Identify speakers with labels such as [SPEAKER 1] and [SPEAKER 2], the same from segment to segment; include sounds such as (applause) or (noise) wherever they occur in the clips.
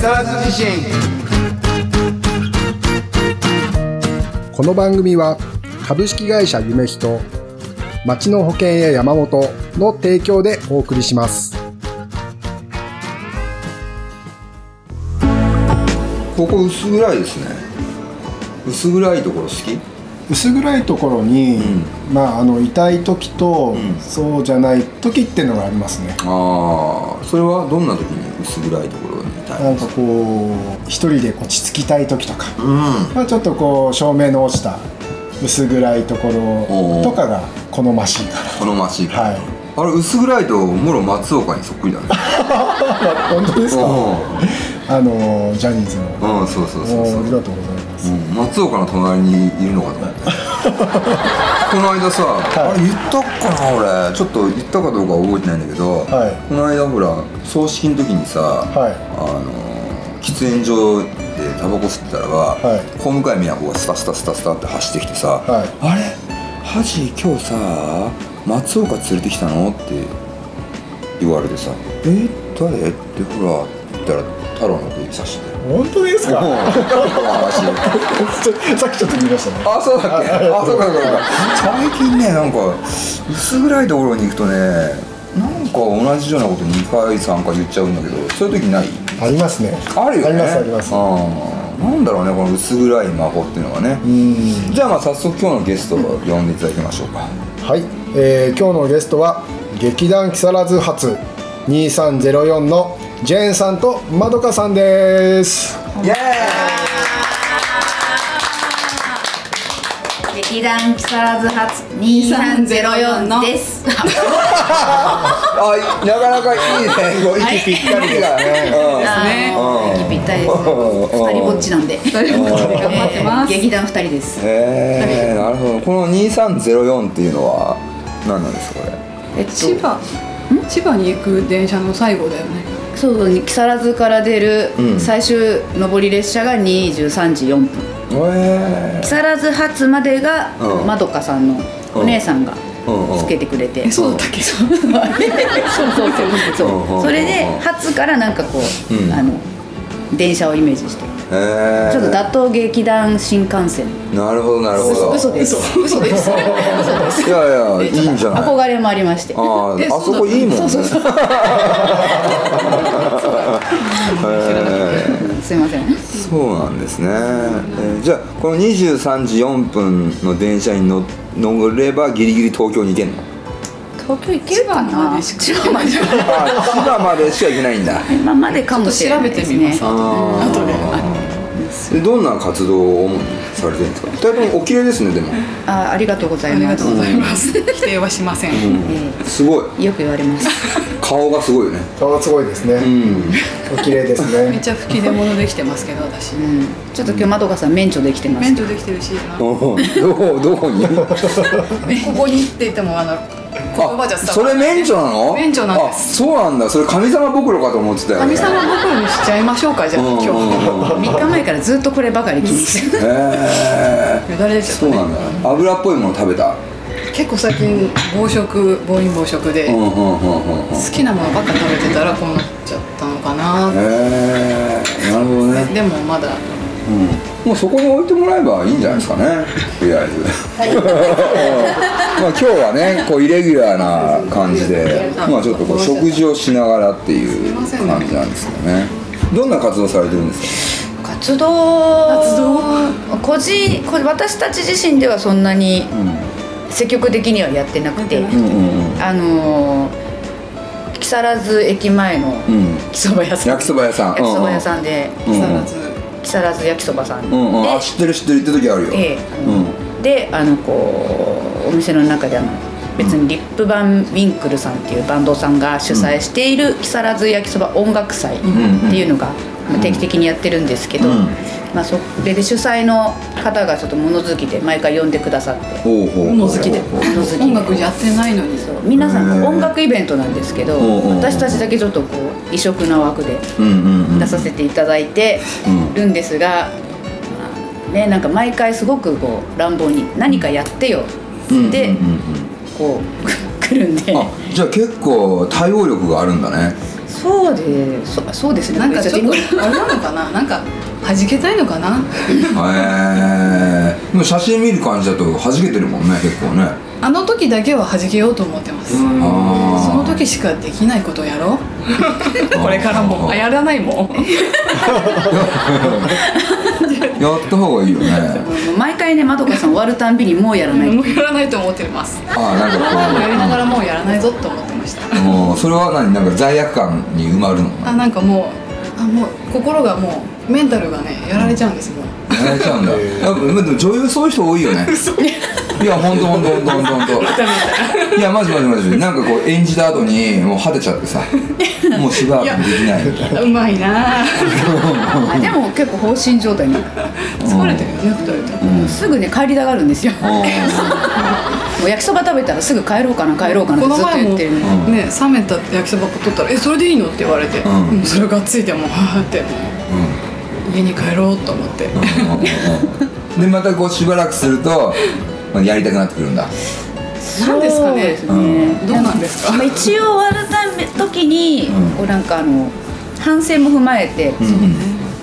[SPEAKER 1] 沢津地震
[SPEAKER 2] この番組は株式会社夢人町の保険や山本の提供でお送りします
[SPEAKER 1] ここ薄暗いですね薄暗いところ好き
[SPEAKER 2] 薄暗いところに、まああの痛い時と、
[SPEAKER 1] うん
[SPEAKER 2] そうじゃない時っていうのがありますね
[SPEAKER 1] ああそれはどんな時に薄暗いところにいたい
[SPEAKER 2] なんかこう一人で落ち着きたい時とか、
[SPEAKER 1] うん
[SPEAKER 2] まあ、ちょっとこう照明の落ちた薄暗いところとかが好ましいか
[SPEAKER 1] 好ましいから、
[SPEAKER 2] はい
[SPEAKER 1] あれ薄暗いともろ松岡にそっくりだね (laughs)
[SPEAKER 2] な本当ですか
[SPEAKER 1] う
[SPEAKER 2] あのジャニーズの
[SPEAKER 1] んうんそうそうそう
[SPEAKER 2] お
[SPEAKER 1] そ
[SPEAKER 2] あり
[SPEAKER 1] う
[SPEAKER 2] がとうございます、
[SPEAKER 1] うん松岡の隣にいるのかと思ってこの間さ、あれ言ったっかな俺ちょっと言ったかどうかは覚えてないんだけど、
[SPEAKER 2] はい
[SPEAKER 1] この間ほら葬式の時にさ、
[SPEAKER 2] はい
[SPEAKER 1] あの喫煙所でタバコ吸ってたらば、
[SPEAKER 2] はい
[SPEAKER 1] 小向井美奈子がスタスタスタスタって走ってきてさ、
[SPEAKER 2] はい
[SPEAKER 1] あれハジ今日さ松岡連れてきたのって言われてさ「え誰?」ってほらって言ったら太郎のこと指さして
[SPEAKER 2] (laughs)
[SPEAKER 1] たよ
[SPEAKER 2] 本当ですか
[SPEAKER 1] 話
[SPEAKER 2] さっきちょっと見ましたね
[SPEAKER 1] あそうだっけあそうかそうか最近ねなんか薄暗いところに行くとねなんか同じようなこと2回3回言っちゃうんだけどそういう時ない
[SPEAKER 2] ありますね
[SPEAKER 1] あるよね
[SPEAKER 2] ありますあります
[SPEAKER 1] うんなんだろうねこの薄暗い魔法っていうのはね
[SPEAKER 2] うん
[SPEAKER 1] じゃあまあ早速今日のゲストを呼んでいただきましょうか
[SPEAKER 2] はい、えー今日のゲストは劇団木更津発2304のジェーンさんとまどかさんです
[SPEAKER 1] イエーイ
[SPEAKER 3] 劇団木更津発2304です。
[SPEAKER 1] あなかなかいいねこう息ぴったりだね
[SPEAKER 3] ね息ぴったりです。
[SPEAKER 1] うん
[SPEAKER 3] 二人ぼっちなんで。二人ぼっちで頑張ってます。劇団二人です。
[SPEAKER 1] へえー、なるほどこの2304っていうのは何なんですかこれ
[SPEAKER 4] え千葉千葉に行く電車の最後だよね
[SPEAKER 3] そう木更津から出る
[SPEAKER 1] うん
[SPEAKER 3] 最終上り列車が23時4分。
[SPEAKER 1] え
[SPEAKER 3] 木更津発までが
[SPEAKER 1] うん
[SPEAKER 3] まどかさんのお姉さんが。つけてくれて、
[SPEAKER 4] そうだったっ
[SPEAKER 3] (laughs)
[SPEAKER 4] け
[SPEAKER 3] そうそうそうそう
[SPEAKER 1] うんうんう
[SPEAKER 3] そ
[SPEAKER 1] ん
[SPEAKER 3] うそれで初からなんかこう、
[SPEAKER 1] うん
[SPEAKER 3] あの電車をイメージして
[SPEAKER 1] えー、
[SPEAKER 3] ちょっと打倒劇団新幹線。
[SPEAKER 1] なるほどなるほど
[SPEAKER 3] 嘘です。嘘です。嘘です。
[SPEAKER 1] いやいやいいんじゃない
[SPEAKER 3] 憧れもありまして。
[SPEAKER 1] あ
[SPEAKER 4] え
[SPEAKER 1] ーあそこいいもんね
[SPEAKER 3] そうそうそう
[SPEAKER 1] へー
[SPEAKER 3] すみません。
[SPEAKER 1] そうなんですね、えーじゃあこの23時4分の電車に乗乗ればギリギリ東京に行けんの
[SPEAKER 3] 東京行けるか
[SPEAKER 4] 千葉ま
[SPEAKER 3] な。
[SPEAKER 4] でしか
[SPEAKER 3] 千葉までしか。
[SPEAKER 1] あ千葉までしか行けないんだ
[SPEAKER 3] 千葉までかもしれないで
[SPEAKER 4] ちょっと調べ
[SPEAKER 3] す
[SPEAKER 4] てみま
[SPEAKER 3] ね
[SPEAKER 4] す。
[SPEAKER 1] あ
[SPEAKER 4] 後で
[SPEAKER 1] ーでどんな活動を主にされてるんですか2人ともお綺麗ですねでも、
[SPEAKER 3] あ、ありがとうござ
[SPEAKER 4] あ
[SPEAKER 3] い
[SPEAKER 4] り
[SPEAKER 3] ま
[SPEAKER 4] が
[SPEAKER 3] す
[SPEAKER 4] とう。ございます否定はしません
[SPEAKER 1] うん、すごい
[SPEAKER 3] よく言われ
[SPEAKER 4] (laughs)
[SPEAKER 3] ます。
[SPEAKER 1] 顔がすごいよね
[SPEAKER 2] 顔すごいですね、
[SPEAKER 1] うん
[SPEAKER 2] お綺麗です
[SPEAKER 4] めっ
[SPEAKER 2] ね
[SPEAKER 1] (laughs)
[SPEAKER 4] ちゃ吹き出物できてますけど私
[SPEAKER 3] うんちょっと今日まどかさん免除できてます
[SPEAKER 4] 免。除できてるしなこ
[SPEAKER 1] おーどこどこ
[SPEAKER 4] (laughs)
[SPEAKER 1] に
[SPEAKER 4] こにって言ってもあの言葉じゃ伝わらない
[SPEAKER 1] それ免除なの
[SPEAKER 4] 免除なんです
[SPEAKER 1] あそうなんだそれ神様袋かと思ってたよ、ね、
[SPEAKER 4] 神様袋にしちゃいましょうかじゃあ
[SPEAKER 1] うん
[SPEAKER 4] 今
[SPEAKER 1] うんうん
[SPEAKER 4] 日
[SPEAKER 3] 三日前からずっとこればかり気にしてる。
[SPEAKER 1] へえ
[SPEAKER 4] よだれ出ち
[SPEAKER 1] そ
[SPEAKER 4] ゃ
[SPEAKER 1] う
[SPEAKER 4] った
[SPEAKER 1] な
[SPEAKER 4] ね
[SPEAKER 1] んだ油っぽいもの食べた
[SPEAKER 4] 結構最近暴食暴飲暴食で
[SPEAKER 1] うんう
[SPEAKER 4] 好
[SPEAKER 1] んうんうんうんへ
[SPEAKER 4] きなものばっか食べてたらこうなっちゃったのかな
[SPEAKER 1] えなるほどね、
[SPEAKER 4] でもまだ
[SPEAKER 1] うん、もうそこに置いてもらえばいいんじゃないですかね
[SPEAKER 4] (laughs)
[SPEAKER 1] とりあえず、 (laughs) まあ今日はねこうイレギュラーな感じでまあちょっとこう食事をしながらっていう
[SPEAKER 4] すいませんね
[SPEAKER 1] 感じなんですよねどんな活動されてるんです
[SPEAKER 3] 活動。
[SPEAKER 4] 活動
[SPEAKER 3] 個人、こ私たち自身ではそんなに
[SPEAKER 1] か、うん
[SPEAKER 3] 積極的にはやってなくて
[SPEAKER 4] やっ、
[SPEAKER 1] う
[SPEAKER 4] て
[SPEAKER 1] んうん
[SPEAKER 3] あのー木更津駅前の
[SPEAKER 1] うんうん
[SPEAKER 3] 焼きそば屋さん。
[SPEAKER 1] 焼きそば屋さん
[SPEAKER 3] 焼きそば屋さんで
[SPEAKER 1] うんうん
[SPEAKER 4] 必ず
[SPEAKER 3] 木更津焼きそばさんで、
[SPEAKER 1] うんうんあ知ってる知ってる行った時あるよ、
[SPEAKER 3] ええあの
[SPEAKER 1] う
[SPEAKER 3] であのこうお店の中であの別にリップバン・ウィンクルさんっていうバンドさんが主催している木更津焼きそば音楽祭っていうのが、まあ定期的にやってるんですけど、
[SPEAKER 1] うん
[SPEAKER 3] まあ、それで主催の方がちょっと物好きで毎回呼んでくださって
[SPEAKER 1] おうほう
[SPEAKER 4] 物好きで
[SPEAKER 3] 物好きで
[SPEAKER 4] 音楽やってないのに
[SPEAKER 3] そう皆さ
[SPEAKER 1] へえ
[SPEAKER 3] ん音楽イベントなんですけど
[SPEAKER 1] うんうんうん
[SPEAKER 3] 私たちだけちょっとこう異色な枠で
[SPEAKER 1] うんうんうん
[SPEAKER 3] 出させていただいてるんですが、まあね、なんか毎回すごくこう乱暴に「何かやってよ」で、
[SPEAKER 1] うんうんうんうん
[SPEAKER 3] こう (laughs) 来るんで
[SPEAKER 1] あじゃあ結構対応力があるんだね
[SPEAKER 3] そうでそそうですね
[SPEAKER 4] なんか
[SPEAKER 3] め
[SPEAKER 4] ち
[SPEAKER 3] ち
[SPEAKER 4] ょ
[SPEAKER 3] ょ
[SPEAKER 4] っ
[SPEAKER 3] っと
[SPEAKER 4] とあれなのかななんか弾けたいのかな
[SPEAKER 1] へえでも写真見る感じだと弾けてるもんね結構ね
[SPEAKER 4] あの時だけは弾けようと思ってます、
[SPEAKER 1] あー
[SPEAKER 4] その時しかできないことをやろうこれからもあやらないもん
[SPEAKER 1] やった方がいいよね
[SPEAKER 3] もう毎回ねまどかさん終わるたんびにもうやらない
[SPEAKER 4] もうやらないと思ってます
[SPEAKER 1] ああなん
[SPEAKER 4] 前もやりな
[SPEAKER 1] か
[SPEAKER 4] が
[SPEAKER 1] ら
[SPEAKER 4] もうやらないぞと思ってました
[SPEAKER 1] こうもうそれは何なんか罪悪感に埋まるの
[SPEAKER 4] あなんかもうあもう心がもうメンタルがねやられちゃうんですもう
[SPEAKER 1] やられちゃうんだやっぱでも女優そういう人多いよねいやほんとほんとほんとほんとほんといやマジマジマジなんかこう演じた後にもう果てちゃってさもうしばらくできないみたいな
[SPEAKER 4] うまいなあ
[SPEAKER 3] あでも結構放心状態に
[SPEAKER 4] 疲れてるよね二人とも
[SPEAKER 1] うん
[SPEAKER 3] すぐね帰りたがるんですよもう焼きそば食べたらすぐ帰ろうかな帰ろうかなって
[SPEAKER 4] この
[SPEAKER 3] ずっと
[SPEAKER 4] 前
[SPEAKER 3] 言
[SPEAKER 4] も
[SPEAKER 3] ってる
[SPEAKER 4] ね
[SPEAKER 3] のに
[SPEAKER 4] 冷めた焼きそば取ったら「えそれでいいの?」って言われて、
[SPEAKER 1] ん
[SPEAKER 4] うんそれがっついてもうはーって家に帰ろうと思って、
[SPEAKER 1] うんでまたこうしばらくするとまあやりたくなってくるんだ
[SPEAKER 4] なんですかね
[SPEAKER 3] そうで
[SPEAKER 4] どうなんですか
[SPEAKER 3] まあ一応終わるため時に
[SPEAKER 1] うん
[SPEAKER 3] こうなんかあの反省も踏まえて
[SPEAKER 1] うん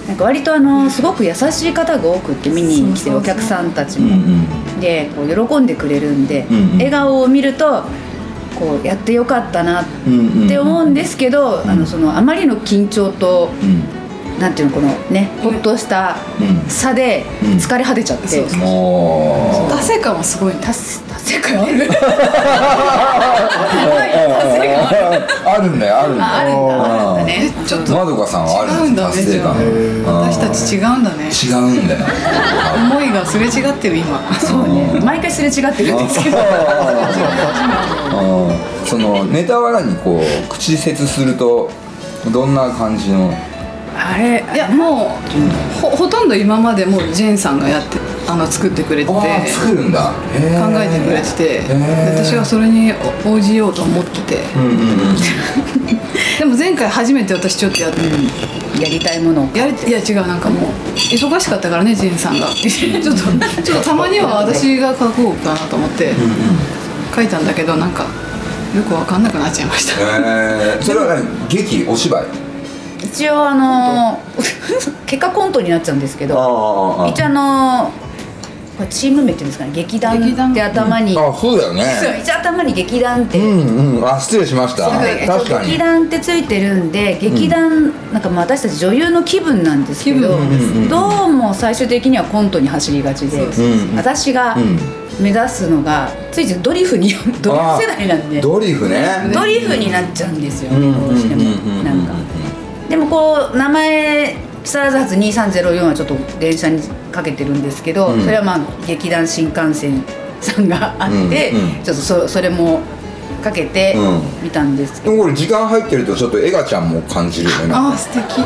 [SPEAKER 3] なんか割とあのすごく優しい方が多くって見に来てるお客さんたち
[SPEAKER 1] うんう
[SPEAKER 3] も
[SPEAKER 1] ん
[SPEAKER 3] でこう喜んでくれるんで
[SPEAKER 1] うんうん
[SPEAKER 3] 笑顔を見るとこうやってよかったなっ
[SPEAKER 1] うんうん
[SPEAKER 3] て思うんですけどあのそのあまりの緊張と
[SPEAKER 1] うん
[SPEAKER 3] なんていうのこのねほっとした
[SPEAKER 1] うん
[SPEAKER 3] 差で
[SPEAKER 1] うん
[SPEAKER 3] 疲れ果てちゃって
[SPEAKER 4] そうそう
[SPEAKER 1] もう
[SPEAKER 4] 達成感はすごいね
[SPEAKER 3] 達成達成感ある (laughs)
[SPEAKER 1] あるんだよあるんだよ
[SPEAKER 3] ああるんだあるんだね
[SPEAKER 4] えちょっと
[SPEAKER 1] まどかさんはある
[SPEAKER 4] 違うんだね
[SPEAKER 1] 達成感
[SPEAKER 4] じゃあ
[SPEAKER 1] うん
[SPEAKER 4] 私たち違うんだね
[SPEAKER 1] 違うんだよ
[SPEAKER 4] 思いがすれ違ってる今
[SPEAKER 3] そうね毎回すれ違ってるんで
[SPEAKER 1] (laughs)
[SPEAKER 3] すけど
[SPEAKER 1] うんそのネタは何こう口説するとどんな感じの
[SPEAKER 3] (laughs) あれ
[SPEAKER 4] いやもうほほとんど今までもうジェーンさんがやってあの作ってくれてて考
[SPEAKER 1] あー作るんだへー
[SPEAKER 4] えてくれててで
[SPEAKER 1] へー
[SPEAKER 4] 私はそれにお応じようと思ってて
[SPEAKER 1] うんうんうん
[SPEAKER 4] (laughs) でも前回初めて私ちょっとやって、
[SPEAKER 3] やりたいものを
[SPEAKER 4] やりいや違うなんかもう忙しかったからねジェーンさんが (laughs) ちょっとちょっとたまには私が書こうかなと思って書いたんだけどなんかよく分かんなくなっちゃいました
[SPEAKER 1] へーそれは何劇お芝居
[SPEAKER 3] 一応あのー結果コントになっちゃうんですけど
[SPEAKER 1] あ
[SPEAKER 3] 一応あのーこれチーム名っていうんですかね劇団
[SPEAKER 4] 劇団
[SPEAKER 3] って頭にそう
[SPEAKER 1] あそうだよね
[SPEAKER 3] 一応頭に劇団って
[SPEAKER 1] うんうんあ失礼しました
[SPEAKER 3] えっと
[SPEAKER 1] 確かに
[SPEAKER 3] 劇団ってついてるんで劇団なんかまあ私たち女優の気分なんですけ
[SPEAKER 4] 気
[SPEAKER 3] ど
[SPEAKER 4] 分
[SPEAKER 1] ですね
[SPEAKER 3] どうも最終的にはコントに走りがちで
[SPEAKER 1] うんうん
[SPEAKER 3] 私が
[SPEAKER 1] うん
[SPEAKER 3] 目指すのがついついドリフにドリフ世代なんで
[SPEAKER 1] あードリフね
[SPEAKER 3] ドリフになっちゃうんですよ
[SPEAKER 1] うん
[SPEAKER 3] どうしても
[SPEAKER 1] うんうんうんうん
[SPEAKER 3] なんかでもこう名前木更津発2304はちょっと電車にかけてるんですけど、
[SPEAKER 1] うん
[SPEAKER 3] それはまあ劇団新幹線さんがあって、
[SPEAKER 1] うんうん
[SPEAKER 3] ちょっとそそれもかけて
[SPEAKER 1] う
[SPEAKER 3] 見たんですけど
[SPEAKER 1] でもこれ時間入ってるとちょっとエガちゃんも感じるよねなんか
[SPEAKER 4] ああ素敵
[SPEAKER 3] な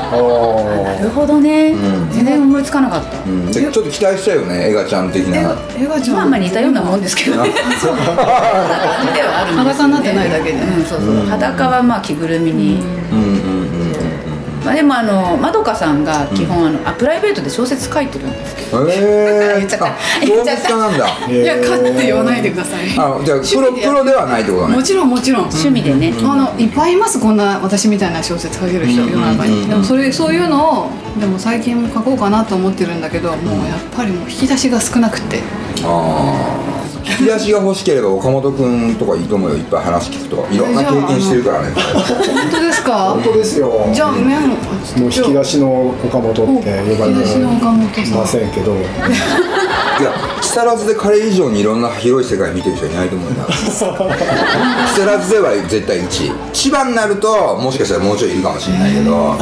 [SPEAKER 3] るほどね、
[SPEAKER 1] うん
[SPEAKER 3] 全然思いつかなかった、
[SPEAKER 1] うんでちょっと期待しちゃうよねエガちゃん的
[SPEAKER 4] え
[SPEAKER 1] な
[SPEAKER 4] えがちゃん
[SPEAKER 3] まあまあ似たようなもんですけどねそう感じではあるんです
[SPEAKER 4] 裸
[SPEAKER 3] よね
[SPEAKER 4] になってないだけで
[SPEAKER 3] うんそうそう裸はまあ着ぐるみに、
[SPEAKER 1] うんうんうんうん
[SPEAKER 3] まあ、でもあのまどかさんが基本あの、あプライベートで小説書いてるんですけど
[SPEAKER 1] ええー、
[SPEAKER 3] 言っちゃった
[SPEAKER 1] あ
[SPEAKER 3] 言っちゃ
[SPEAKER 1] 小
[SPEAKER 3] った
[SPEAKER 1] 説家なんだ
[SPEAKER 4] いや勝って言わないでください
[SPEAKER 1] あじゃあプロ
[SPEAKER 4] 趣味で
[SPEAKER 1] プロではないってことだ
[SPEAKER 4] も
[SPEAKER 1] ね
[SPEAKER 4] ちろんもちろん
[SPEAKER 3] 趣味でね、
[SPEAKER 4] あのいっぱいいますこんな私みたいな小説書ける人世の中
[SPEAKER 1] うんうんうん
[SPEAKER 4] にでもそれそういうのをでも最近書こうかなと思ってるんだけどもうやっぱりもう引き出しが少なくて
[SPEAKER 1] ああ引き出しが欲しければ岡本君とかいいと思うよいっぱい話聞くといろんな経験してるからね
[SPEAKER 4] 本当ですか
[SPEAKER 2] 本当ですよ
[SPEAKER 4] じゃあ麺を
[SPEAKER 2] もう引き出しの岡本って呼ばれ
[SPEAKER 4] 引き出しの岡
[SPEAKER 2] てま
[SPEAKER 4] 本さん
[SPEAKER 2] せんけど
[SPEAKER 1] いや木更津で彼以上にいろんな広い世界見てる人いないと思うな木更津では絶対1千葉になるともしかしたらもうちょいいるかもしれないけど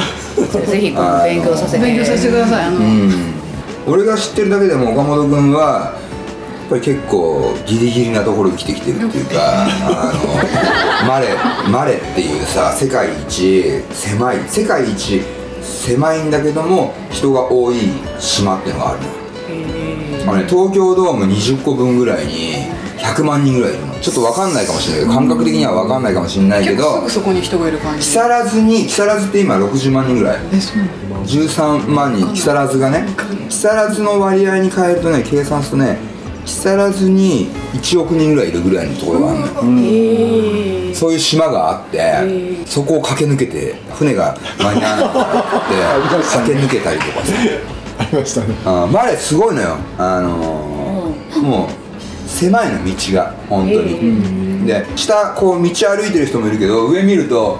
[SPEAKER 3] ぜひこの勉強させて
[SPEAKER 4] 勉強させてくださいあの、
[SPEAKER 1] 俺が知ってるだけでも岡本君はやっぱり結構ギリギリなところに来てきてるって
[SPEAKER 4] (laughs)
[SPEAKER 1] いうかあのマレマレっていうさ世界一狭い世界一狭いんだけども人が多い島っていうのがあるのよあのね東京ドーム20個分ぐらいに100万人ぐらいいるのちょっと分かんないかもしれないけど感覚的には分かんないかもしれないけ
[SPEAKER 4] 結構す
[SPEAKER 1] ど
[SPEAKER 4] ぐそこに人がいる感
[SPEAKER 1] 木
[SPEAKER 4] じ
[SPEAKER 1] 更津に木更津って今60万人ぐらい
[SPEAKER 4] えそうなの
[SPEAKER 1] 13万人木更津がね木更津の割合に変えるとね計算するとね木更津に1億人ぐらいいるぐらいのところがあるのよ、そういう島があってそこを駆け抜けて船がマイナーって駆け抜けたりとかさ
[SPEAKER 2] ありましたね
[SPEAKER 1] あーマレーすごいのよあのーもう狭いの道が本当に、で下こう道歩いてる人もいるけど上見ると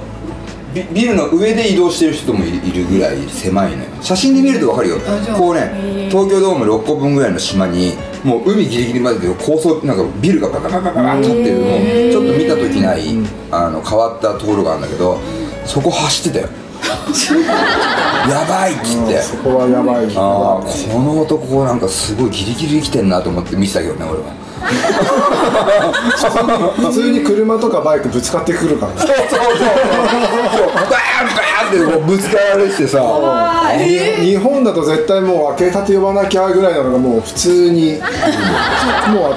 [SPEAKER 1] ビビルの上で移動してる人もいいるぐらい狭いのよ写真で見ると分かるよ
[SPEAKER 4] じゃあ
[SPEAKER 1] こうね東京ドーム6個分ぐらいの島にもう海ギリギリまでで高層なんかビルがバカバカバカバカ立ってるもうちょっと見た時ないあの変わったところがあるんだけどそこ走ってたよやばいっつって
[SPEAKER 2] そこはやばい
[SPEAKER 1] ああこの男なんかすごいギリギリ生きてんなと思って見てたけどね俺は
[SPEAKER 2] 普通に車とかバイクぶつかってくるからね
[SPEAKER 1] そうそうそうそうバーンバーンってこうぶつかられてさ
[SPEAKER 2] 日本日本だと絶対もう明けたて呼ばなきゃぐらいなのがもう普通にもう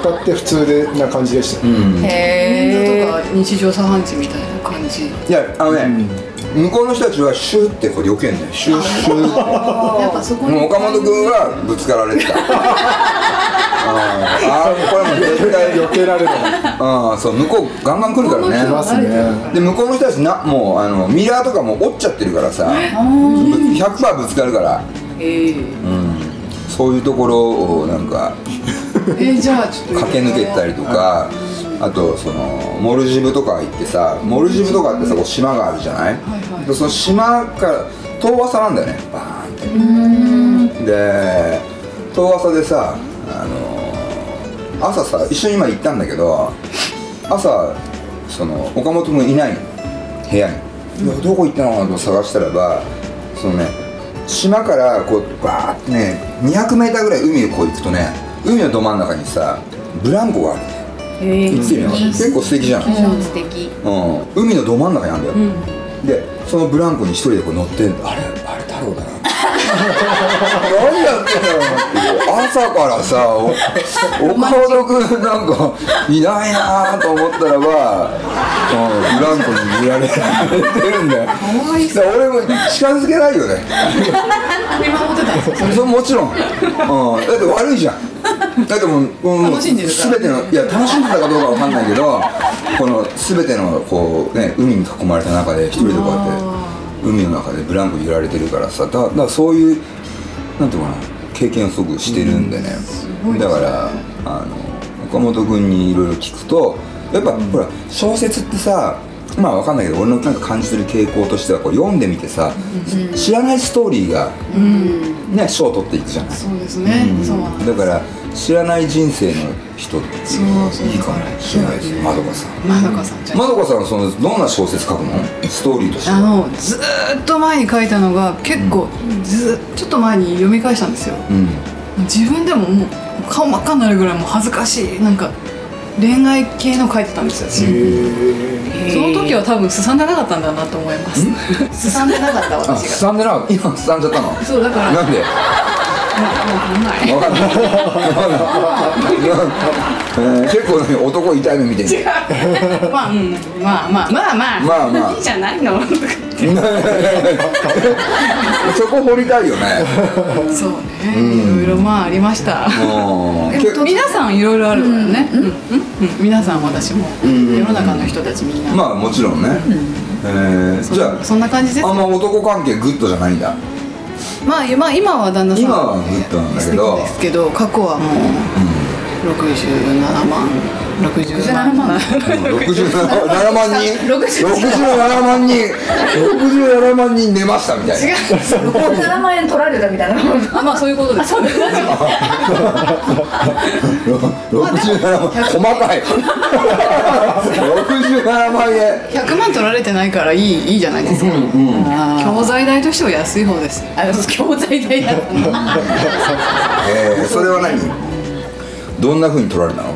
[SPEAKER 2] 当たって普通でな感じでした、
[SPEAKER 3] へ
[SPEAKER 4] とか日常茶飯事みたいな感じ
[SPEAKER 1] いやあのね向こうの人たちはシューってこう避けんねシューシュー
[SPEAKER 4] やっぱそこ
[SPEAKER 1] って
[SPEAKER 4] に
[SPEAKER 1] もう岡本君はぶつかられてたあーあーこれもう絶対
[SPEAKER 2] 避けられない
[SPEAKER 1] ああそう向こうガンガン来るからね
[SPEAKER 4] 来
[SPEAKER 2] ますね
[SPEAKER 1] で向こうの人たちなもうあのミラーとかもう折っちゃってるからさ100%ぶつかるから
[SPEAKER 4] ええ
[SPEAKER 1] そういうところをなんか
[SPEAKER 4] えーじゃあちょっと
[SPEAKER 1] 駆け抜けたりとかあとそのモルジブとか行ってさモルジブとかってさこう島があるじゃない、
[SPEAKER 4] はい
[SPEAKER 1] でその島から遠浅なんだよねバーンってで遠浅でさあのー朝さ一緒に今行ったんだけど朝その岡本君いないの部屋にいやどこ行ったのかなと探したらばそのね島からこうバーってね 200m ぐらい海をこう行くとね海のど真ん中にさブランコがある
[SPEAKER 3] え
[SPEAKER 1] 行ってみよう結構素敵じゃない、
[SPEAKER 3] 素敵
[SPEAKER 1] うん、海のど真ん中にあるんだよ、でそのブランコに一人でこう乗ってんだあれあれ太郎だな何やってんだろうなって朝からさお岡本君なんかいないなと思ったらば、うん、ブランコに見られてるんだよだから俺も近づけないよね
[SPEAKER 4] 見守ってたんですよ
[SPEAKER 1] それもちろん、うん、だって悪いじゃんだってもう、う
[SPEAKER 4] 楽しんでるから
[SPEAKER 1] 全てのいや楽しんでたかどうかわかんないけどこの全てのこうね海に囲まれた中で一人でこうやって海の中でブランコ揺られてるからさだだからそういうなんていうのかな経験をすごくしてるんでね、だからあの岡本君にいろいろ聞くとやっぱ、ほら小説ってさまあわかんないけど俺のなんか感じてる傾向としてはこう読んでみてさ、知らないストーリーが、ね賞を取っていくじゃない
[SPEAKER 4] そうですねそうなんです
[SPEAKER 1] だから知らない人生の人って
[SPEAKER 4] そうそう
[SPEAKER 1] いいかもしれないですよまどかさん
[SPEAKER 4] まどかさんじゃん
[SPEAKER 1] まどかさんはそのどんな小説書くのストーリーとして
[SPEAKER 4] あのずーっと前に書いたのが結構ずーちょっと前に読み返したんですよ
[SPEAKER 1] うん
[SPEAKER 4] 自分でももう顔真っ赤になるぐらいもう恥ずかしいなんか恋愛系の書いてたんですよ私その時は多分すさんでなかったんだなと思います (laughs) すさんでなかった
[SPEAKER 1] あ
[SPEAKER 4] 私が
[SPEAKER 1] すさんでな今すさんじゃったの
[SPEAKER 4] そうだから
[SPEAKER 1] なんで
[SPEAKER 4] もうない
[SPEAKER 1] わかんないえー結構ね男痛い目見てる
[SPEAKER 4] まあ、うん、まあまあまあまあ
[SPEAKER 1] まあまあ
[SPEAKER 4] いいじゃない
[SPEAKER 1] (laughs)
[SPEAKER 4] のとか言って
[SPEAKER 1] そこ掘りたいよね
[SPEAKER 4] そうね、いろいろまあありました
[SPEAKER 1] うん
[SPEAKER 4] でも
[SPEAKER 1] け
[SPEAKER 4] 皆さんいろいろあるからね、うんうんうん皆さん私も、
[SPEAKER 1] ん
[SPEAKER 4] 世の中の人たちみんな、
[SPEAKER 1] まあもちろんねえー
[SPEAKER 4] そ
[SPEAKER 1] じゃ
[SPEAKER 4] そんな感じです
[SPEAKER 1] ああんま男関係グッドじゃないんだ
[SPEAKER 4] まあ、まあ、今は旦那さん
[SPEAKER 1] 今はグッドなんだけど
[SPEAKER 4] 素敵ですけど過去はもう67万67万
[SPEAKER 1] 67万人
[SPEAKER 3] 67
[SPEAKER 1] 67万人67万人寝ましたみたいな
[SPEAKER 3] 7万円取られたみたいな
[SPEAKER 4] (laughs) あまあそういうことです
[SPEAKER 1] 67万細かい67万円
[SPEAKER 4] 100万取られてないからいいいいじゃないですか、教材代としては安い方ですよ
[SPEAKER 3] あの教材代だったの
[SPEAKER 1] えーそれは何どんな風に取られたの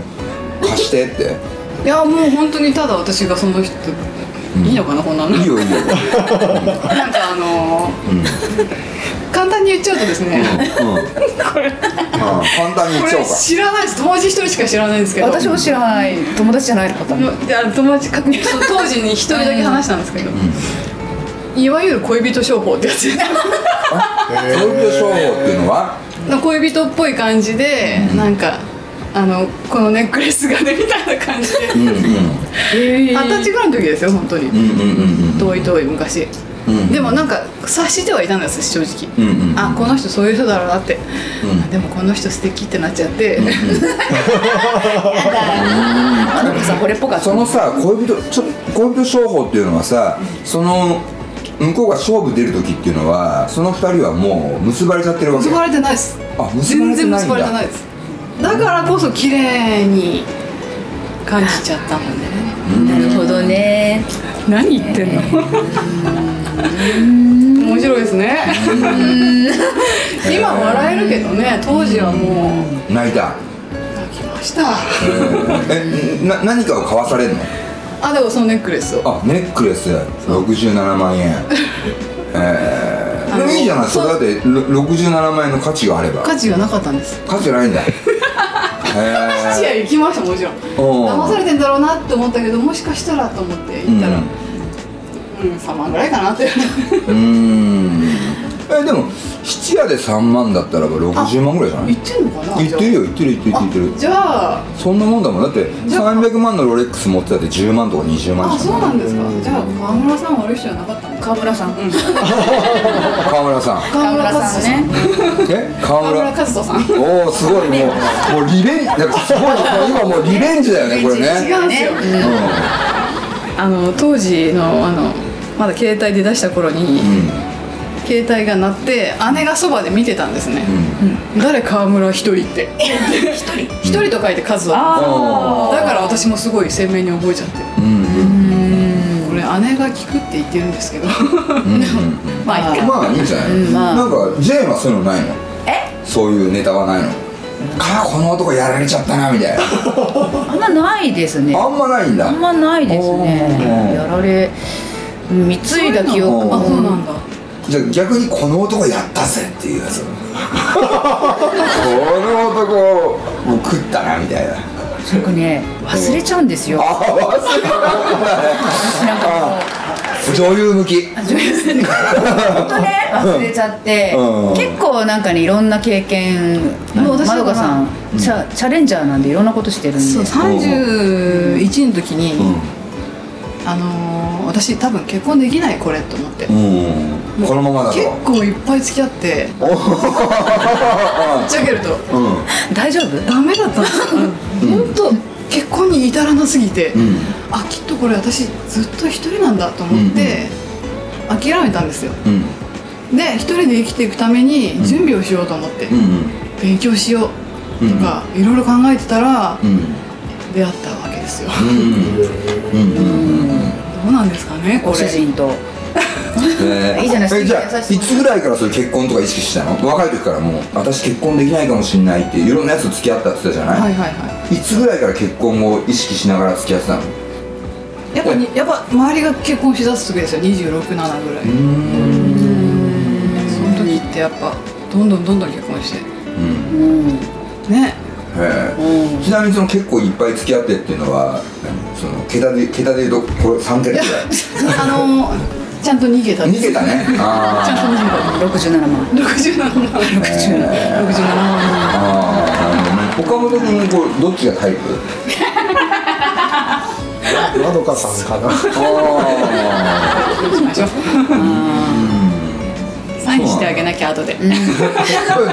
[SPEAKER 1] 貸してって
[SPEAKER 4] いやもう本当にただ私がその人いいのかなこんなの
[SPEAKER 1] いいよいいよ
[SPEAKER 4] (laughs) なんかあのー簡単に言っちゃうとですね、
[SPEAKER 1] うんうん簡単に言
[SPEAKER 4] こ
[SPEAKER 1] っちゃお
[SPEAKER 4] れ
[SPEAKER 1] うか
[SPEAKER 4] 知らないです友達一人しか知らないんですけ
[SPEAKER 3] (laughs)
[SPEAKER 4] ど
[SPEAKER 3] 私も知らない友達じゃないのかと思っ
[SPEAKER 4] いや友達確認そう当時に一人だけ話したんですけど、いわゆる恋人商法ってやつ
[SPEAKER 1] (laughs) 東京商法っていうのは
[SPEAKER 4] 恋人っぽい感じで、なんかあのこのネックレスがねみたいな感じで
[SPEAKER 1] うんうん
[SPEAKER 3] え
[SPEAKER 4] 二十歳ぐらいの時ですよ本当に、
[SPEAKER 1] うんうんうん
[SPEAKER 4] 遠い遠い昔、
[SPEAKER 1] うん
[SPEAKER 4] でもなんか察してはいたんです正直、
[SPEAKER 1] うんうんうん
[SPEAKER 4] あこの人そういう人だろうなって、
[SPEAKER 1] うん
[SPEAKER 4] でもこの人素敵ってなっちゃって、
[SPEAKER 3] あなんかさこれっぽかった
[SPEAKER 1] そのさ恋人ちょ恋人商法っていうのはさその向こうが勝負出る時っていうのはその二人はもう結ばれちゃってるわけ
[SPEAKER 4] 結ばれてないです
[SPEAKER 1] あ結ばれて
[SPEAKER 4] 全然
[SPEAKER 1] ない
[SPEAKER 4] 結
[SPEAKER 1] んだ
[SPEAKER 4] ばれてないですだからこそ綺麗に感じちゃったのね
[SPEAKER 3] なるほどね
[SPEAKER 4] (laughs) 何言ってんの (laughs) 面白いですね (laughs) 今笑えるけどね当時はもう
[SPEAKER 1] 泣いた、
[SPEAKER 4] 泣きました
[SPEAKER 1] えーえな何かを買わされるの
[SPEAKER 4] あでもそのネックレスを
[SPEAKER 1] あネックレス67万円えー、でもいいじゃないそれだってろ67万円の価値があれば
[SPEAKER 4] 価値がなかったんです
[SPEAKER 1] 価値ないんだへ
[SPEAKER 4] 価値
[SPEAKER 1] え
[SPEAKER 4] は行きましたもちろん
[SPEAKER 1] おー
[SPEAKER 4] 騙されてんだろうなって思ったけどもしかしたらと思って行ったら、うん3万ぐらいかなって
[SPEAKER 1] (laughs) うんうんえでも質屋で3万だったらば60万ぐらいじゃない
[SPEAKER 4] 言ってんのかな
[SPEAKER 1] 言ってるよ言ってる言ってる言ってる
[SPEAKER 4] じゃあ
[SPEAKER 1] そんなもんだもんだって300万のロレックス持ってたって10万とか20万
[SPEAKER 4] あ
[SPEAKER 1] じゃ
[SPEAKER 4] そうなんですかじゃあ川村さん悪い人じゃなかったんですか
[SPEAKER 3] 川村さん
[SPEAKER 1] 川村さん
[SPEAKER 3] 川村さんね
[SPEAKER 1] え川
[SPEAKER 4] 川村
[SPEAKER 1] 村
[SPEAKER 4] 和人さん
[SPEAKER 1] おおすごいもうもうリベンジなんかすごいもう今もうリベンジだよねこれ
[SPEAKER 4] 違
[SPEAKER 1] ね
[SPEAKER 4] うんですよあの当時のあのまだ携帯で出した頃に、
[SPEAKER 1] うん
[SPEAKER 4] 携帯が鳴って姉がそばで見てたんですね、うん誰川村一人って一人 (laughs) 一人と書いて数は
[SPEAKER 1] あ
[SPEAKER 4] だから私もすごい鮮明に覚えちゃって
[SPEAKER 1] うんうんうん
[SPEAKER 4] これ姉が聞くって言ってるんですけど
[SPEAKER 1] うんうん
[SPEAKER 4] まあいいか
[SPEAKER 1] まあいいんじゃない、
[SPEAKER 3] んまあ
[SPEAKER 1] なんか J はそういうのないの
[SPEAKER 3] え
[SPEAKER 1] そういうネタはないのかこの男やられちゃったなみたいな
[SPEAKER 3] あんまないですね
[SPEAKER 1] あんまないんだ
[SPEAKER 3] あんまないです
[SPEAKER 1] おー
[SPEAKER 3] ねやられ貢いだ記憶
[SPEAKER 1] あ
[SPEAKER 4] あそうなんだ
[SPEAKER 1] じゃあ逆にこの男やったぜっていうやつこの男もう食ったなみたいな
[SPEAKER 3] 僕ね忘れちゃうんですよ
[SPEAKER 1] あ忘れ
[SPEAKER 3] なんかもう
[SPEAKER 1] 女優向き
[SPEAKER 3] 女優さんに本当ね忘れちゃって、
[SPEAKER 1] うん
[SPEAKER 3] 結構なんかねいろんな経験
[SPEAKER 4] もう私
[SPEAKER 3] まどかさん
[SPEAKER 4] だか
[SPEAKER 3] チャチャレンジャーなんでいろんなことしてるんで
[SPEAKER 4] そう31の時に、
[SPEAKER 1] う
[SPEAKER 4] あのー私多分結婚できないこれと思って、
[SPEAKER 1] ん、うん、このままだと
[SPEAKER 4] 結構いっぱい付き合ってぶっちゃける
[SPEAKER 1] う
[SPEAKER 4] と
[SPEAKER 1] ん
[SPEAKER 3] 大丈夫
[SPEAKER 4] ダメだったんですよ本当結婚に至らなすぎて、
[SPEAKER 1] うん
[SPEAKER 4] あきっとこれ私ずっと一人なんだと思って、諦めたんですよ
[SPEAKER 1] うん
[SPEAKER 4] で一人で生きていくために準備をしようと思って、
[SPEAKER 1] うん
[SPEAKER 4] 勉強しようとか、いろいろ考えてたら
[SPEAKER 1] うん
[SPEAKER 4] 出会ったわけですよ、
[SPEAKER 1] うんうんうんうん
[SPEAKER 4] どうなんですかねこ
[SPEAKER 3] ご
[SPEAKER 4] れ
[SPEAKER 3] 主人と
[SPEAKER 1] ね
[SPEAKER 3] いいじゃない
[SPEAKER 1] えじゃあ
[SPEAKER 3] 優
[SPEAKER 1] い
[SPEAKER 3] しそう
[SPEAKER 1] つぐらいからそういう結婚とか意識したの若い時からもう私結婚できないかもしれないっていろんなやつと付き合ったって言ったじゃない、、
[SPEAKER 4] はいはいはい
[SPEAKER 1] つぐらいから結婚を意識しながら付き合ってたのう
[SPEAKER 4] いやっぱにやっぱ周りが結婚しだす時ですよ267ぐらい
[SPEAKER 1] ーん
[SPEAKER 4] その時ってやっぱどんどんどんどん結婚して
[SPEAKER 1] うん
[SPEAKER 3] うん
[SPEAKER 4] ね (laughs)
[SPEAKER 1] へえちなみにその結構いっぱい付き合ってっていうのは何その桁で桁で言うとこれ3桁ぐらい
[SPEAKER 4] あのーちゃんと逃げたんで
[SPEAKER 1] 逃
[SPEAKER 4] す
[SPEAKER 1] げた
[SPEAKER 3] (laughs)
[SPEAKER 1] ね
[SPEAKER 4] ちゃんと
[SPEAKER 1] あ
[SPEAKER 4] 逃げた
[SPEAKER 3] 67万
[SPEAKER 4] 67万67万
[SPEAKER 1] ーあーなるほどね岡本君こうどっちがタイプ
[SPEAKER 2] まどかさんかな。
[SPEAKER 1] あ
[SPEAKER 4] どうしましょうサインしてあげなきゃ後で、
[SPEAKER 1] あ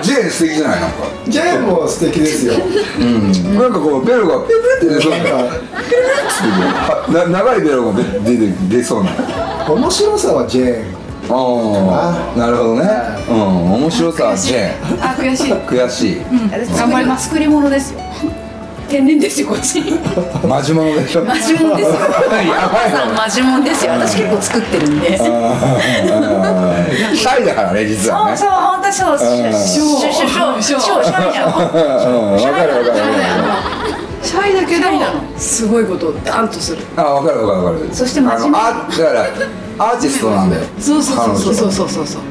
[SPEAKER 1] J 素敵じゃないなんか
[SPEAKER 2] ジェーンも素敵ですよ。
[SPEAKER 1] うん、なんかこうベロがピュピュって出そうなあな長いベロが出出出そうなあ
[SPEAKER 2] 面白さはジェーン。
[SPEAKER 1] あなるほどねうん面白さはジェーン
[SPEAKER 4] あ悔しい
[SPEAKER 1] 悔しい
[SPEAKER 3] 頑張ります作り物ですよ天然ですよこっち
[SPEAKER 1] マジモノでしょ
[SPEAKER 3] マジモンですよ (laughs)
[SPEAKER 1] やばい
[SPEAKER 3] さんマジモンですよ私結構作ってるんでそう
[SPEAKER 1] なシャイだからね実はね
[SPEAKER 3] そう本当そうそうそうそうそうそうシャイなの
[SPEAKER 1] うんわかるわかる
[SPEAKER 4] シャイだけ
[SPEAKER 3] シャイなの
[SPEAKER 4] どすごいことをダンとする
[SPEAKER 1] あわかるわかるわかる
[SPEAKER 3] そして真面目
[SPEAKER 1] あのあだからアーティストなんだよ
[SPEAKER 4] そうそうそうそう
[SPEAKER 1] う
[SPEAKER 4] そうそうそう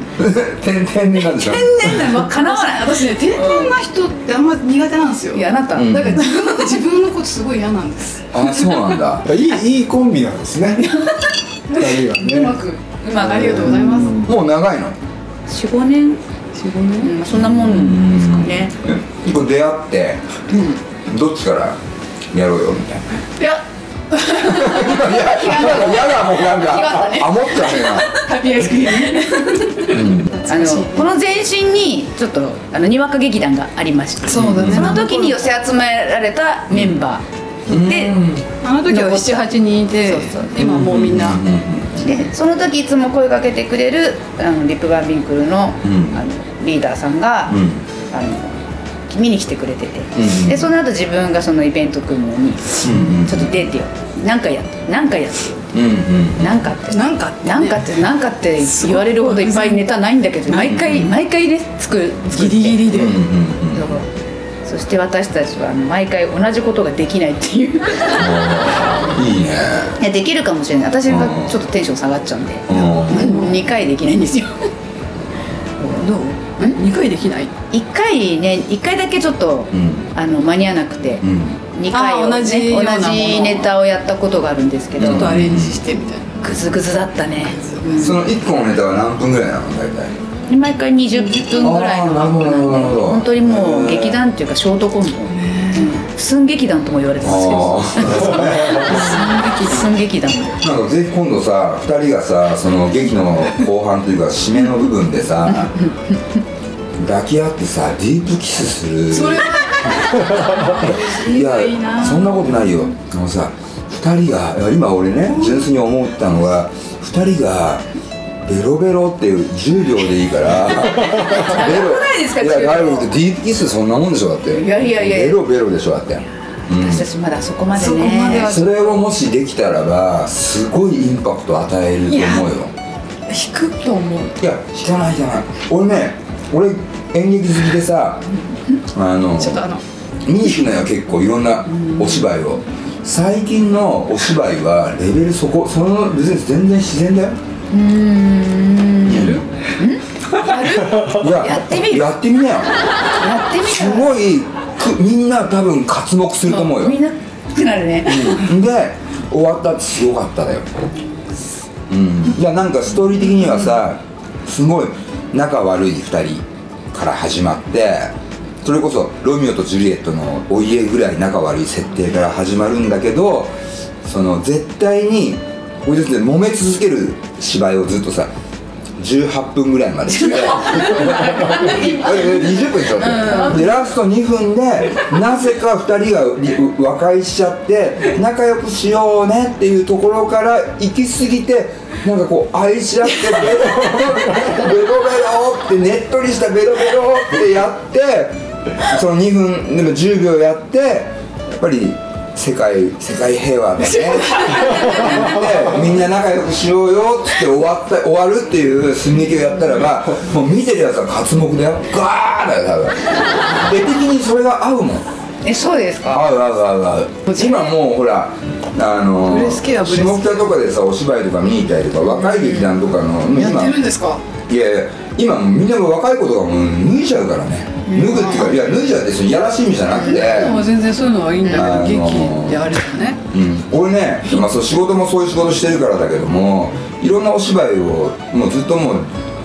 [SPEAKER 1] 天然なんでしょ
[SPEAKER 4] 天然な
[SPEAKER 3] 叶わない
[SPEAKER 4] 私ね天然な人ってあんま苦手なんですよ
[SPEAKER 3] いやあ
[SPEAKER 4] だ
[SPEAKER 3] なた、
[SPEAKER 1] ん
[SPEAKER 4] から自分自分のことすごい嫌なんです
[SPEAKER 1] あそうなんだ
[SPEAKER 2] いいいいコンビなんですね。二人
[SPEAKER 4] う
[SPEAKER 2] が
[SPEAKER 4] ま
[SPEAKER 2] ね。
[SPEAKER 4] くうまくありがとうございます
[SPEAKER 1] もう長いの
[SPEAKER 3] 45年
[SPEAKER 4] 45年
[SPEAKER 3] うんそんなもんですかね
[SPEAKER 1] こう出会って、どっちからやろうよみたいな。
[SPEAKER 4] いや
[SPEAKER 1] 今嫌だもうなんか、あもったね
[SPEAKER 4] ハッピーアイスクリーム
[SPEAKER 3] あのこの前身にちょっとあのにわか劇団がありまして
[SPEAKER 4] そうだね
[SPEAKER 3] その時に寄せ集められたメンバー、で
[SPEAKER 4] あの時は78人いて
[SPEAKER 3] そうそう
[SPEAKER 4] 今もうみんな
[SPEAKER 3] でその時いつも声かけてくれるあのリップバンビンクルの,、
[SPEAKER 1] うん
[SPEAKER 3] あのリーダーさんが、
[SPEAKER 1] うん
[SPEAKER 3] あの見に来てくれてて、
[SPEAKER 1] うん
[SPEAKER 3] でその後自分がそのイベント組むのに、
[SPEAKER 1] うん
[SPEAKER 3] ちょっと出てよ何かやって何かやって
[SPEAKER 1] 今。
[SPEAKER 3] よ
[SPEAKER 1] うんうん。
[SPEAKER 3] 何かって
[SPEAKER 4] なんかね
[SPEAKER 3] なんかってなんかって言われるほどいっぱいネタないんだけど毎回毎回ね作る作
[SPEAKER 4] ギ
[SPEAKER 3] って
[SPEAKER 4] リギリで
[SPEAKER 1] うんうんうん。
[SPEAKER 3] そして私たちはあの毎回同じことができないっ
[SPEAKER 1] (laughs)
[SPEAKER 3] てい
[SPEAKER 1] いい
[SPEAKER 3] う
[SPEAKER 1] ね。
[SPEAKER 3] いやできるかもしれない私がちょっとテンション下がっちゃうんで
[SPEAKER 1] うん。
[SPEAKER 3] (laughs) 2回できないんですよ
[SPEAKER 4] どう2回できない
[SPEAKER 3] 1回ね1回だけちょっと、
[SPEAKER 1] うん
[SPEAKER 3] あの間に合わなくて、
[SPEAKER 1] うん。
[SPEAKER 3] 2回を、ね、
[SPEAKER 4] あー同じようなもの
[SPEAKER 3] 同じネタをやったことがあるんですけど、
[SPEAKER 4] ちょっとアレンジしてみたいな
[SPEAKER 3] グズグズだったね、
[SPEAKER 1] その一個のネタは何分ぐらいなの大体。
[SPEAKER 3] で毎回20分ぐらいの
[SPEAKER 1] あーなるほどなるほど
[SPEAKER 3] 本当にも
[SPEAKER 1] へ
[SPEAKER 3] う
[SPEAKER 1] ー
[SPEAKER 3] 劇団っていうかショートコント、うん、寸劇団とも言われてますけど (laughs) 寸劇団
[SPEAKER 1] なんかぜひ今度さ2人がさその劇の後半というか締めの部分でさ抱き合ってさディープキスする
[SPEAKER 4] それ
[SPEAKER 1] いや
[SPEAKER 4] いいな
[SPEAKER 1] そんなことないよあのさ2人がいや今俺ね純粋に思ったのが2人がベロベロっていう10秒でいい
[SPEAKER 3] (laughs)
[SPEAKER 1] からベロ
[SPEAKER 3] くないですか
[SPEAKER 1] いや
[SPEAKER 3] 10秒
[SPEAKER 1] だいぶディープキスそんなもんでしょだって
[SPEAKER 3] いやいやいや
[SPEAKER 1] ベロベロでしょだって
[SPEAKER 3] 私たちまだそこまでね
[SPEAKER 4] そこまでは
[SPEAKER 1] それをもしできたらばすごいインパクト与えると思うよ
[SPEAKER 4] 引くと思う
[SPEAKER 1] いや引かないじゃない俺ね俺演劇好きでさあの
[SPEAKER 4] ちょっとあの
[SPEAKER 1] 見に行くのよ結構いろんなお芝居を最近のお芝居はレベルそこその別に全然自然だようんやる
[SPEAKER 3] やってみる
[SPEAKER 1] やってみなよ
[SPEAKER 3] やってみ
[SPEAKER 1] す
[SPEAKER 3] たら
[SPEAKER 1] ごいくみんな多分刮目すると思うよ
[SPEAKER 3] みんなくなるね、
[SPEAKER 1] うんで終わったってすごかっただよ、うん、いやなんかストーリー的にはさすごい仲悪い2人から始まってそれこそロミオとジュリエットのお家ぐらい仲悪い設定から始まるんだけどその絶対に俺たちで揉め続ける芝居をずっとさ18分ぐらいまでして20分でしょだってでラスト2分でなぜか2人がり和解しちゃって仲良くしようねっていうところから行き過ぎてなんかこう愛し合ってベロ (laughs) ベロベロってねっとりしたベロベロってやってその2分でも10秒やってやっぱり世界世界平和だねでみんな仲良くしようよっつって終わった終わるっていう寸劇をやったらばもう見てるやつは刮目だよガーだよ多分絵的にそれが合うもん
[SPEAKER 3] えそうですか
[SPEAKER 1] 合う合う合う合う今もうほらあの
[SPEAKER 4] ブレスケはブレスケ
[SPEAKER 1] 下北とかでさお芝居とか見に行ったりとか若い劇団とかの
[SPEAKER 4] やってるん
[SPEAKER 1] 今
[SPEAKER 4] ですか
[SPEAKER 1] いやいや今もうみんなが若い子とかも脱いじゃうからね脱ぐっていうかいや脱いじゃうってそのいやらしい意味じゃなくて
[SPEAKER 4] でも全然そういうのはいいんだけ
[SPEAKER 1] あ
[SPEAKER 4] ど
[SPEAKER 1] のー
[SPEAKER 4] 劇であればね
[SPEAKER 1] うん、俺ね、まあ、そう仕事もそういう仕事してるからだけどもいろんなお芝居をもうずっともう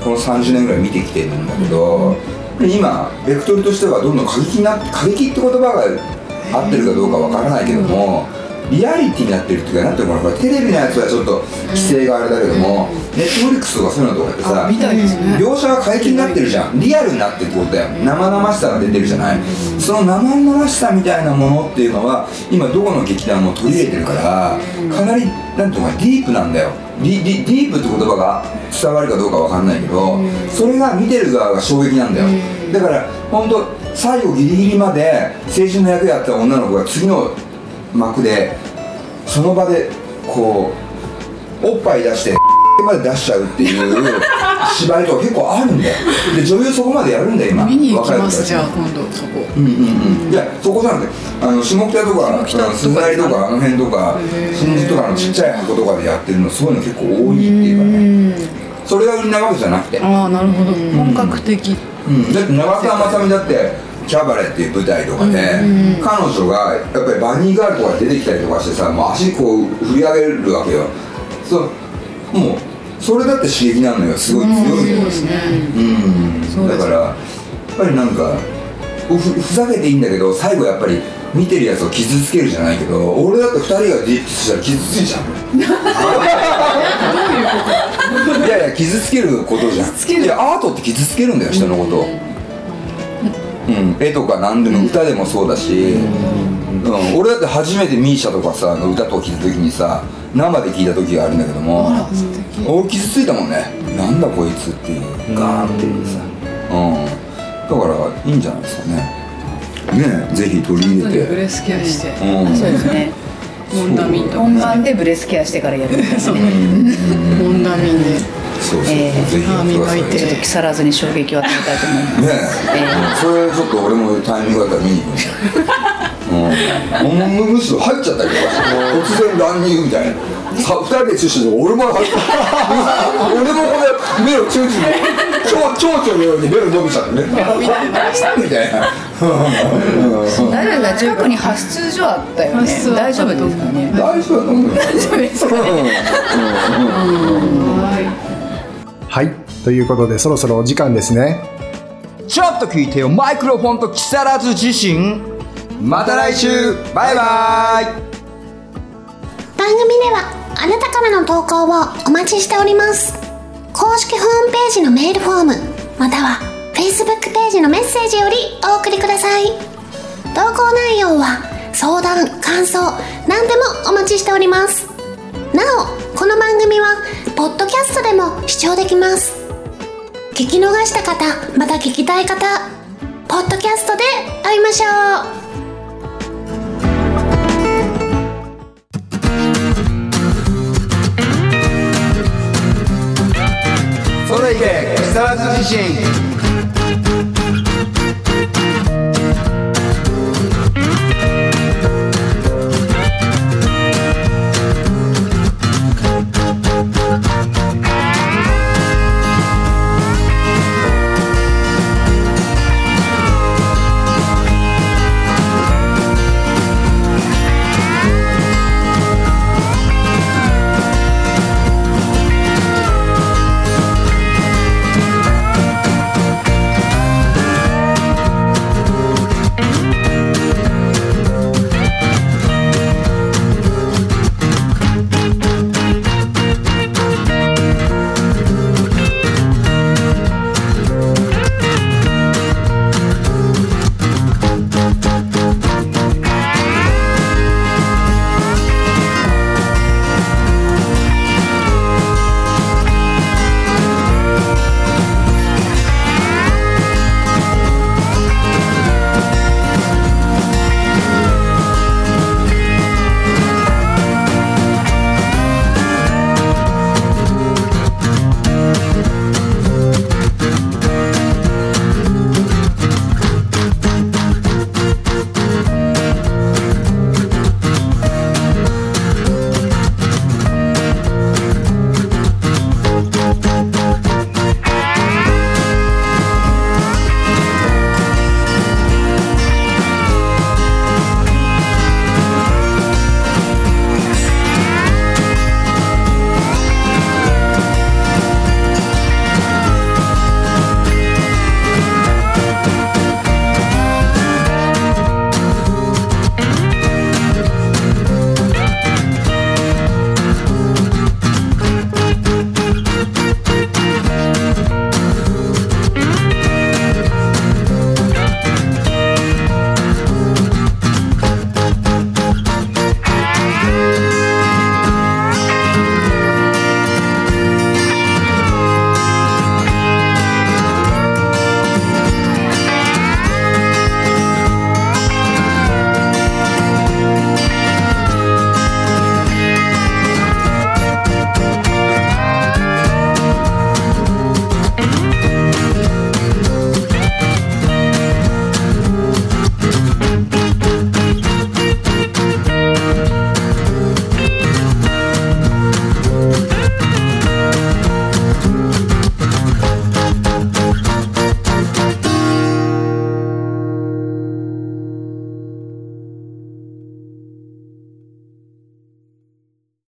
[SPEAKER 1] この30年ぐらい見てきてるんだけどで今ベクトルとしてはどんどん過激になって過激って言葉が合ってるかどうかわからないけどもリアリティになってるっていうかなんていうのかなこれテレビのやつはちょっと規制があれだけどもネットフリックスとかそういうのとかってさ
[SPEAKER 4] あ見たいですね
[SPEAKER 1] 描写が解禁になってるじゃんリアルになってるってことだよ生々しさが出てるじゃないその生々しさみたいなものっていうのは今どこの劇団も取り入れてるからかなりなんていうのかなディープなんだよディディディープって言葉が伝わるかどうかわかんないけどそれが見てる側が衝撃なんだよだから本当最後ギリギリまで青春の役やった女の子が次の幕でその場でこうおっぱい出して (laughs) まで出しちゃうって
[SPEAKER 4] (laughs)
[SPEAKER 1] いう芝居とか結構あるんだよで女優そこまでやるんだよ今
[SPEAKER 4] 見に行きます
[SPEAKER 1] 若い子
[SPEAKER 4] じ
[SPEAKER 1] たち
[SPEAKER 4] ゃあ今度そこ
[SPEAKER 1] うんうんうんいやそこなんだよあの下北とか
[SPEAKER 4] 下北とか
[SPEAKER 1] うん鈴なりとかあの辺とか新宿とかのちっちゃい箱とかでやってるのそういうの結構多いっていうかねそれが売りなわけじゃなくて、う
[SPEAKER 4] ああなるほど本格的
[SPEAKER 1] ん、だって長澤まさみだってキャバレーっていう舞台とかで、彼女がやっぱりバニーガールとか出てきたりとかしてさもう足こう振り上げるわけよそうもうそれだって刺激なのよすごい強いよ、うんだからやっぱりなんかふふざけていいんだけど最後やっぱり見てるやつを傷つけるじゃないけど俺だって2人がディップしたら傷ついちゃうのよいやいや傷つけることじゃんいやアートって傷つけるんだよ人のことを、うん、絵とか何でも歌でもそうだし、うん、俺だって初めて MISIA とかさあの歌とか聴いた時にさ生で聴いた時があるんだけども
[SPEAKER 4] あら素敵
[SPEAKER 1] 俺傷ついたもんねなんだこいつっていうガーンっていうさうんだからいいんじゃないですかねねえぜひ取り入
[SPEAKER 4] 本当に
[SPEAKER 1] れ
[SPEAKER 4] ブ
[SPEAKER 1] て
[SPEAKER 4] レスケアして
[SPEAKER 1] うん
[SPEAKER 3] そうですね
[SPEAKER 4] モンダミンと
[SPEAKER 3] 本番でブレスケアしてから
[SPEAKER 1] (laughs)
[SPEAKER 3] やるんですね
[SPEAKER 4] モンダミンで
[SPEAKER 1] そうそうそう
[SPEAKER 3] えー
[SPEAKER 1] ぜひやってください
[SPEAKER 4] 歯磨い
[SPEAKER 1] ね
[SPEAKER 4] て
[SPEAKER 3] ちょっと木更津に衝撃を与えたいと思います
[SPEAKER 1] ねえそれちょっと俺もタイミングだったら見に行くんだようんもうむしろ入っちゃったけど突然乱入みたいなさ二人でチューしてて俺も入った俺もこれ目をチューチュー蝶々のように目を伸びちゃってねみたいな
[SPEAKER 3] 大丈夫ですか近くに発出所あったよ
[SPEAKER 4] 発
[SPEAKER 3] ね
[SPEAKER 4] 出所
[SPEAKER 3] 大丈夫ですかね
[SPEAKER 1] 大丈夫だと思うよ
[SPEAKER 2] はい。ということで、そろそろお時間ですね。
[SPEAKER 1] ちょっと聞いてよマイクロフォンと木更津自身また来週バイバイ
[SPEAKER 5] 番組ではあなたからの投稿をお待ちしております公式ホームページのメールフォームまたは Facebook ページのメッセージよりお送りください投稿内容は相談感想何でもお待ちしておりますなおこの番組はポッドキャストでも視聴できます聞き逃した方また聞きたい方ポッドキャストで会いましょう
[SPEAKER 1] それいけ木更津自身